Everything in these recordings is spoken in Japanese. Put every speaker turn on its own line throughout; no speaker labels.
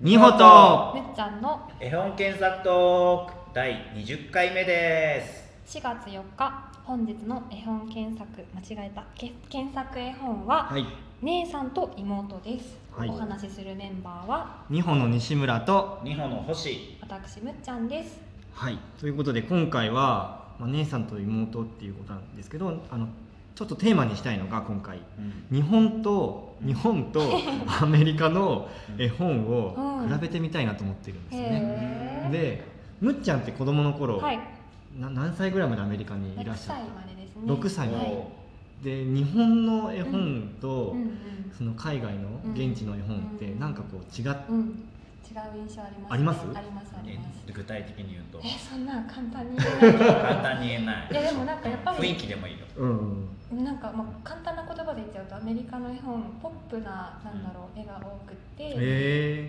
ニホと
むっちゃんの
絵本検索トーク第20回目です
4月4日本日の絵本検索間違えたけ検索絵本は
はい
姉さんと妹です、
はい
お話しするメンバーは
ニホの西村と
二本の星
私むっちゃんです
はいということで今回は、まあ、姉さんと妹っていうことなんですけどあのちょっとテーマにしたいのが今回日本と日本 とアメリカの絵本を比べてみたいなと思ってるんですよね。
へー
でむっちゃんって子供の頃、
はい
な何歳ぐらいまでアメリカにいら
6
っしゃっ
歳
た
までですね
六歳
は
ま
い
でで日本の絵本と、
うんうん
その海外の現地の絵本って
うん
なんかこう違っ
うん、違う印象あります、ね、
あります
ありますあります
え具体的に言うと
えそんな簡単に言えない
簡単に言えない
いやでもなんかやっぱり
雰囲気でもいいよ
うん
なんかまあ簡単な言葉で言っちゃうとアメリカの絵本ポップななんだろう絵が多くて、
へ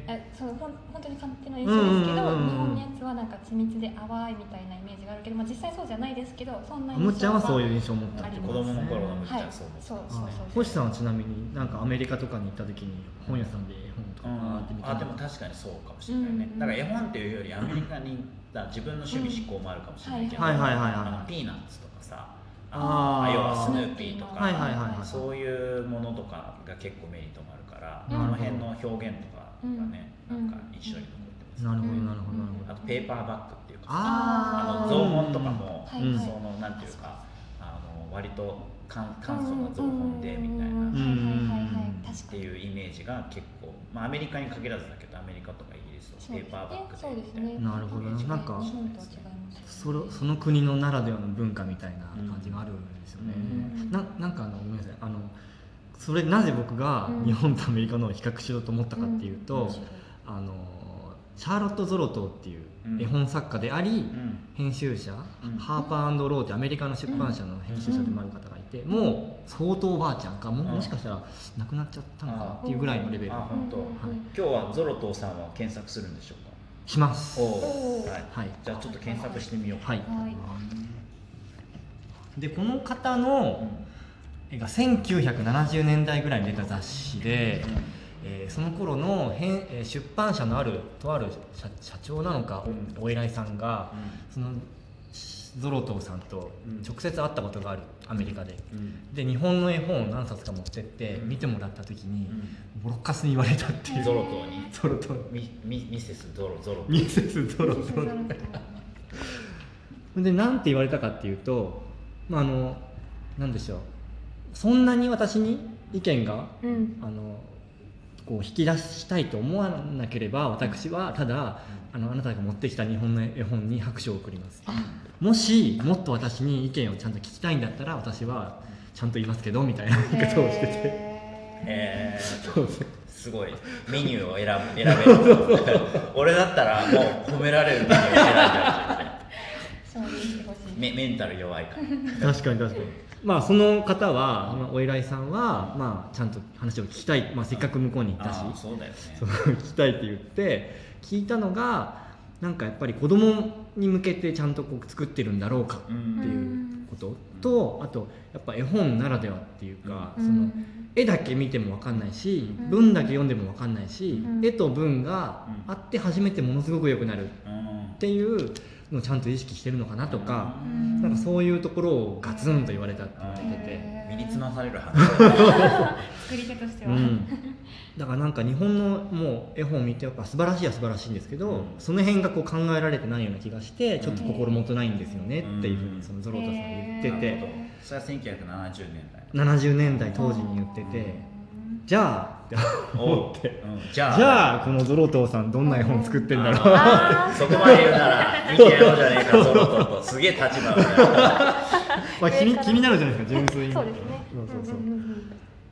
えそうほん本当に勝手な印象ですけど、
うんうんうんうん
日本のやつはなんか緻密で淡いみたいなイメージがあるけど、まあ、実際そうじゃないですけどそんな
え
印象
むっちゃんはそういうう印象を持ったって
子
ことです
供
ね
の頃のむっち
はい
ゃんそう思
そう
あ
そうそう
ー
そう
星さんはちなみになんかアメリカとかに行った時に本屋さんで絵本とか
うん
バーって見た
あ
ら
でも確かにそうかもしれないね、
うん
だから絵本っていうよりアメリカに行った自分の趣味思考もあるかもしれないけど、
うんはい
はいはいはいはい
あのピーナッツとかさ
あー
あ要はスヌーピーとか、
はいはいはいはい
そういうものとかが結構目に留まるから、
うん
あの辺の表現とかがね、
うん
なんか印象に残ってます、
なるほどなるほどなるほど
あとペーパーバッグっていうかさ
あー
あの造本とかも、
はい
はい
そのなんていうかあの割と簡簡素な造本でみたいな、
うんうんうんはいはいはいはい
うん
確
っ
か
て
に
いうイメージが結構、まあ、アメリカに限らずだけどアメリカとかイギリスとか
そう
ペ
です
ーパーバッグ
ねそう
で
です
みたい
ね
な
なるほどなんか
日本とは違います
それその国のならではの文化みたいな感じがあるんですよね、
うん
ななんかあのごめんなさいあのそれなぜ僕が
うん
日本とアメリカのを比較しようと思ったかっていうと、
ん面白い
あのシャーロット・ゾロトーっていう絵本作家であり、
うん
編集者、
うん
ハーパーローってアメリカの出版社の編集者でもある方がいて、もう相当おばあちゃんかも,、
うん
もしかしたら亡くなっちゃったのかなっていうぐらいのレベル
あ本当、
うんうんうん
今日はゾロトーさんは検索するんでしょう
します
か
お
お
ー
ーはい
はい
じゃあちょっと検索してみよう
はい、
はい
でこの方
うんう
の
ん
絵が1970年代ぐらいに出た雑誌で、えーその頃の編えー出版社のあるとある社社長なのか、
うん
お偉いさんがそのしゾロトーさんと直接会ったことがあるアメリカで
うん
で日本の絵本を何冊か持ってって
うん
見てもらった時に、
うん
ボロカスに言われたっていう
ゾロトーに
ゾロトー
ミミミセスゾロゾロ
ミセスゾロト
そうそう
ーでなんて言われたかっていうとまああのなんでしょうそんなに私に意見が
うん
あのこう引き出したいと思わなければ私はただあのあなたが持ってきた日本の絵本に拍手を送りますもしもっと私に意見をちゃんと聞きたいんだったら私はちゃんと言いますけどみたいな言い方をしてて
へ
えー
そうですね
すごいメニューを選ぶ選 べる俺だったらもう褒められるメニューを選んじゃうけどね
ーそう言ってほしい
メメンタル弱いから
確かに確かにまあその方は、まあ、お偉いさんは、まあ、ちゃんと話を聞きたい、まあ、せっかく向こうに行ったし
あーそうだよね
そう聞きたいって言って聞いたのがなんかやっぱり子供に向けてちゃんとこう作ってるんだろうか
う
って
ん
いうこととあとやっぱ絵本ならではっていうか、
うん
その絵だけ見ても分かんないし、
うん
文だけ読んでも分かんないし、
うん
絵と文があって初めてものすごく良くなるっ
うん
ていうのをちゃんと意識してるのかなとか、
うん
なんかそういうところをガツンと言われたって言われてて。
へー
身につまされる話
作り手として
う
は、
ん、だからなんか日本のもう絵本を見てやっぱ素晴らしいは素晴らしいんですけど、
うん
その辺がこう考えられてないような気がしてちょっと
うん
心もとないんですよねっていうふう
うん
にそのゾロトさんが言って
へ
て、
それは1970年代
70年代当時に言ってて、じゃあって思って、
うんじゃあ
じゃあこのゾロトさんどんな絵本作ってんだろう
あー
そこまで言うなら見てやろうじゃねえかそろそろとすげえ立場だね
まあ気に気になるじゃないですか純粋 に
そうですね
そうそうそう
うんうんうんうん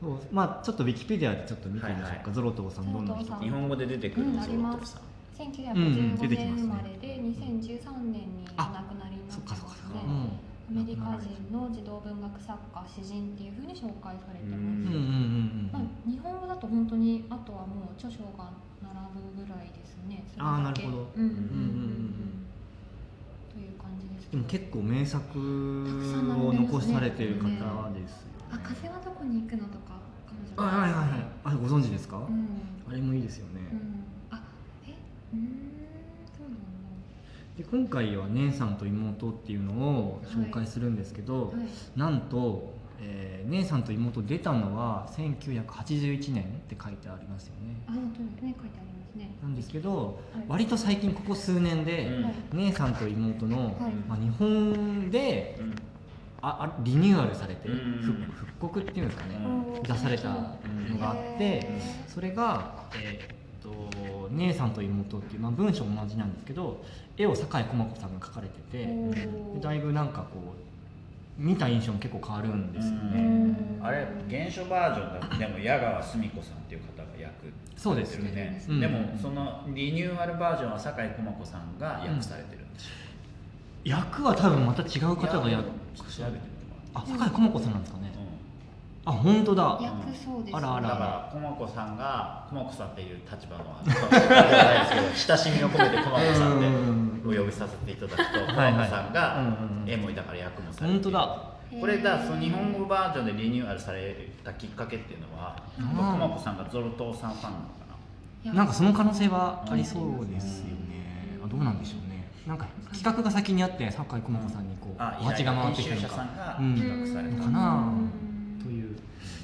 そうまあちょっとウィキペディアでちょっと見てみましょうか、
はいはい
ゾロトさんどんな人
ゾロトさ
か
ん
日本語で出てくる
うん
の
あ
ゾ
り
ロ
ま
ト
す
さん
うん
1915
出てき
年
ます
生
ね
まれで2013年にお亡くなりになってますね
あ
アメリカ人の児童文学作家詩人っていうふうに紹介されて
うん
ま
うんうんうん
す、まあ、日本語だと本当にあとはもう著書が並ぶぐらいですねそれだけ
あーなるほど
うんうんうんうん
うんうん
うんという感じです
で
けど
も結構名作
くさん並
を
んでますね
残されてる方ですよね、
あ風はどこに行くのとか彼女
あはいはいはいあご存知ですか、
うん
あれもいいですよね、
うんあ
で今回は姉さんと妹っていうのを紹介するんですけど、
はい
なんと、えー姉さんと妹出たのは1981年って書いてありますよ
あ
ね
本当ですね書いてありますね
なんですけど
はい
割と最近ここ数年
う
で、
ん
はい
姉さんと妹の、
はい
まあ、日本で
うん
ああリニューアルされて、
うん
復復刻っていうんですかね、
うん
出されたのがあって、
へ
それが、えーっと姉さんと妹っていう、まあ、文章同じなんですけど絵を酒井駒子さんが描かれて
ー
て
お
で
ー
だいぶなんかこう見た印象も結構変わるんですよ
う
ね、
ん
あれ原書バージョンだでも矢川澄子さんっていう方が役
そう
で
ですす
よね
ね、
で
う
も
ん
そのリニューアルバージョンは酒井駒子さんが訳されてるんでしょ
役は多分また違う方が
いや
や
調べてみても
あ酒井駒子さんなんですかね
らって、うん
あ本当だ
役そうですね
あらあ
だ
ら
から駒子さんが駒子さんっていう立場のあのそうではないです けど親しみを込めて駒子さんでお呼びさせていただくと
はい
駒
はい
子さん
うん
が
うんうん
絵もだから役もされて
本当だ
これだその日本語
語
バージョンでリニューアルされたきっかけっていうのは
うん
駒子さんがゾロトーさんファンなのか
なんかその可能性はありそうですよね、あどうなんでしょうねなんか企画が先にあって酒井駒子さんにこう
なあ
お鉢が回ってきた
編
の
集者さ
か
んが
うん
企画された、
の
う
か
ん
なという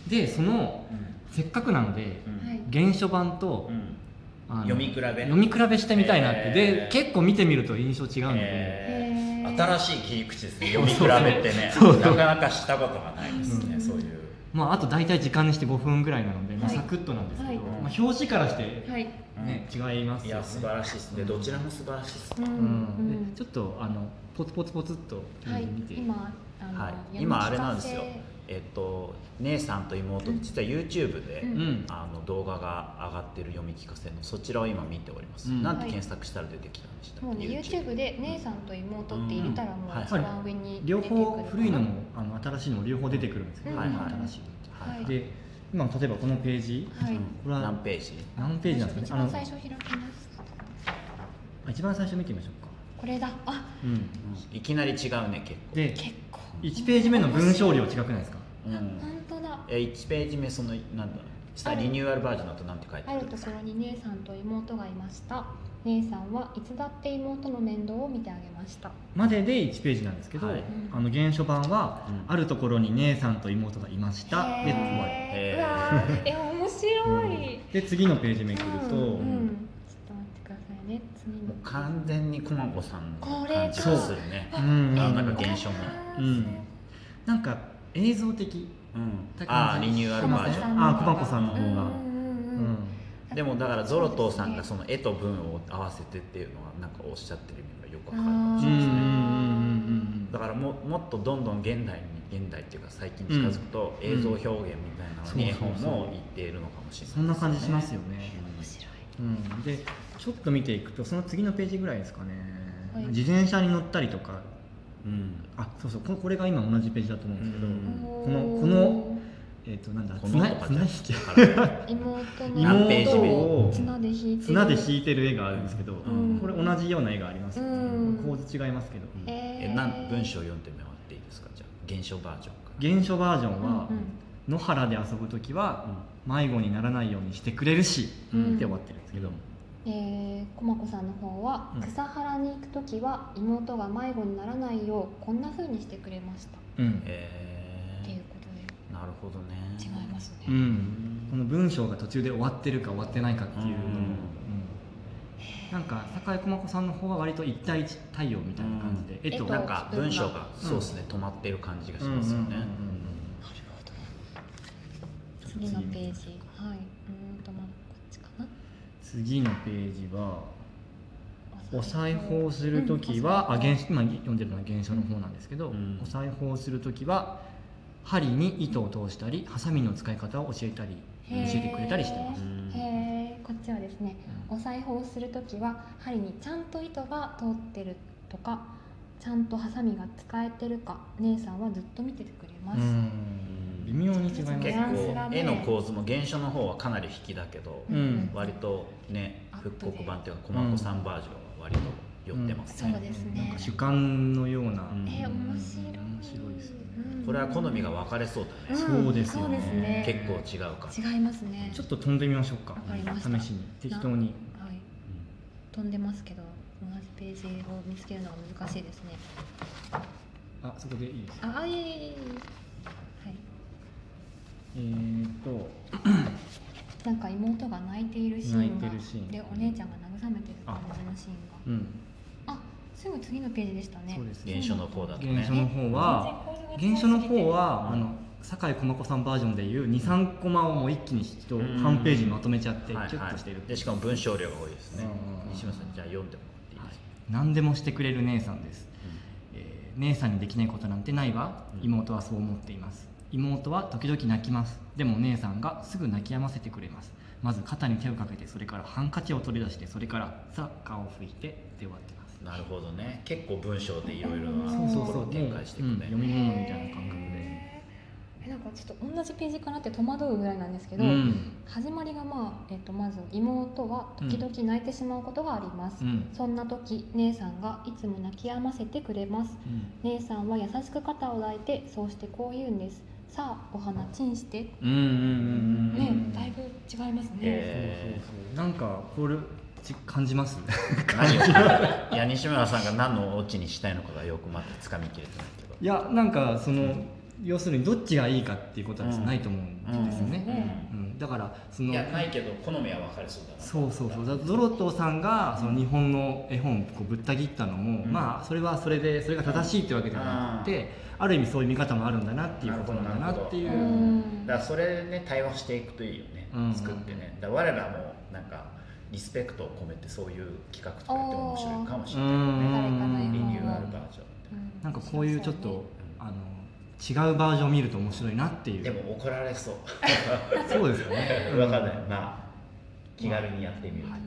でそのせっかくなので
うん
はい
原書版と、
うん
あの
読み比べ
読み比べしてみたいなって、
えー
で結構見てみると印象違うので、
えー
へー
新しい切り口ですね読み比べてね
そうそう
なかなかしたことがないですね、
うん
そういう
まあ、あと大体時間にして5分ぐらいなので、まあ、
はい
サクッとなんですけど、
はい
まあ、表紙からして、
はい
ね違います
い
よ
や
ね
素晴らしいですね、
うん
どちらも素晴らしいです
う
ね、
うん
ん
でちょっとあのポツポツポツっと
はい
見て、
今あの
はい、
やり
今あ
ま
れ
した
なんですよえっと姉さんと妹
うん
実は YouTube で、
うん
うん
あの動画が上がってる読み聞かせのそちらを今見ております、
うん
なんて検索したら出てきたんでしたっけ
もうね YouTube で姉さんと妹って入れたらもう一番上に出
両
てくるか
方
な
古いのもあの新しいのも両方出てくるんですけど、
はいはい
新しい
はい、
ので今例えばこのページ
はい
うん
これは
何ページ
何ページなんです
一
かねあ
番
の
最初開きます
あ一番最初見てみましょうか、
これだあ
うん、
いきなり違うね結構
で
結構
1ページ目の文章量違くないですか
う
本
ん、
当だ
え1ページ目そのなんださ
ある
リニューアルバージョンだとなんて書いて
あ
あ
る
る
ところに姉さんと妹がいました姉さんはいつだって妹の面倒を見てあげました
までで1ページなんですけど、
はい
あの原書版は、
うん
あるところに姉さんと妹がいました」で終わり
へ
へー
ーうわーえ面白い、
で次のページめくると、
うんうんちょっと待ってくださいね次
もう
の
完全に駒子さんの感じがするね
うんうん
あなんか現象も
うんなんか映像的
うん
高、橋
ああリニューアルバージョン
あ小箱さんの
う
方
んうんう
が、うん
んうん
でもだからゾロトーさんが
そ
その絵と文を合わせてっていうのはなんかおっしゃってる意味がよくわ
う
かるかもしれ
う
な
ん
いですね
うん
だからももっとどんどん現代に現代っていうか最近近づくと映像表現みたいなのに絵
うんそ
本
うそう
も
そう
言っているのかもしれないですね
そんな感じしますよね、
面白い
うん、でちょっと見ていくとその次のページぐらいですかね、
はい
自転車に乗ったりとか
うん
あそうそうここれが今同じページだと思うんですけど、
う
この
ん
このえっ、となんだ
こ
綱
の
綱
子
引
たち
き
だから
妹の
何ページ目
を綱で引いてる
綱で引いてる絵があるんですけど、
うん
これ同じような絵がありますよね、
うん
構図違いますけど
うん
えー
えなん文章読んでもらっていいですかじゃあ原書バージョンから
原書バージョンは、
うんうん
野原で遊ぶ時は迷子にならないようにしてくれるし、
うん
って終わってるんですけど、
えー、駒子さんの方は、
うん
草原に行く時は妹が迷子にならないようこんな風にしてくれました、
うん
え
っていうこと
ー、なるほどね
で違いますね、
う
へ
ん、この文章が途中で終わってるか終わってないかっていうのも、
うん
うんなんか酒井駒子さんの方は割と一対一対応みたいな感じで、
う
えっと
絵と
なんか文章が
うん
そうですね、止まってる感じがしますよね、
うんうんうん
次のページはいうんとまあこっちかな
次のページはお裁縫
縫
をする時は、
うん
あ原書今読んでるのは原書の方なんですけど、
うん
お裁縫をする時は針に糸を通したりハサミの使い方を教えたり教えてくれたりしてます
へーへえこっちはですねお裁縫をする時は針にちゃんと糸が通ってるとかちゃんとハサミが使えてるか姉さんはずっと見ててくれます、
うん微妙に違います
結
ニュアンスが
構
ね
絵の構図も原書の方はかなり引きだけど、
うん
割とね
あ
復
とね
刻版っていうか駒子さんバージョンは割と寄ってます
そう
ね、
ですね
なんか主観のような、
うん
えー、面白い。
面白いですね
うん
これは好みが分かれそうだね、
そうですよね
結
ね
構違うから、
違いますね。
ちょっと飛んでみましょうか
わかりました
試しに適当に
はい、飛んでますけど、同じページを見つけるのが難しいですね
あそこでいいです
ああいえいえいえいえはい
えー、っと
なんか妹が泣いているシーンが
泣いてるシーン
でお姉ちゃんが慰めてる感じのシーンが
うん
あすぐ次のページでしたね
そうです
原
ね
書の方だと
原
ね
書の方は原書の方は、
うん
あの酒井駒子さんバージョンでいう23コマをもう一気に一半ページにまとめちゃってキュッとしてるってい
で
う
しかも文章量が多いですね
うん
西村さんじゃあ読んでもらっていいですか、
何でもしてくれる姉さんです、えー姉さんにできないことなんてないわ
うん
妹はそう思っています妹は時々泣きますでも姉さんがすぐ泣き止ませてくれますまず肩に手をかけてそれからハンカチを取り出してそれからさあ顔を拭いてで終わってます
なるほどね結構文章でいろいろ
そ
な
う
と
そう
こ
そう
ろを展開していく
もううん
ね、
読み物みたいな感覚で
へーえなんかちょっと同じページかなって戸惑うぐらいなんですけど、
うん
始まりがまあ、えっとまず妹は時々泣いてしまうことがあります、
うん
そんな時姉さんがいつも泣き止ませてくれます姉さんは優しく肩を抱いてそうしてこう言うんですさあお花チンして、
うんうんうんうん
ねだいぶ違いますね、
そうそ
え
うそうなんかこれち感じます
ー 何をいや西村さんが何のオチにしたいのかがよくまだつかみきれてないけど
いやなんかその、要するにどっちがいいかっていうことはないと思うんですよね、
ね
うんだからその
いやないけど好みは分かりそうだな
そうそうそうだドロトーさんがその日本の絵本をこうぶった切ったのも、
うん
まあそれはそれでそれが正しいってわけではなくてある意味そういう見方もあるんだなっていうことなんだなっていうう、
ん
だからそれね対話していくといいよね、
うん
作ってねだから我らもなんかリスペクトを込めてそういう企画とかやっても面白いかもしれないよ
うん
ね
誰かの絵
リニ
本
ューアルバージョ
うん
なんかこういうちょっ
そう
と、あの違うバージョンを見ると面白いなってい
ン
う
でも怒られそう
そうですよね
分かんないまあ気軽にやってみる、
はい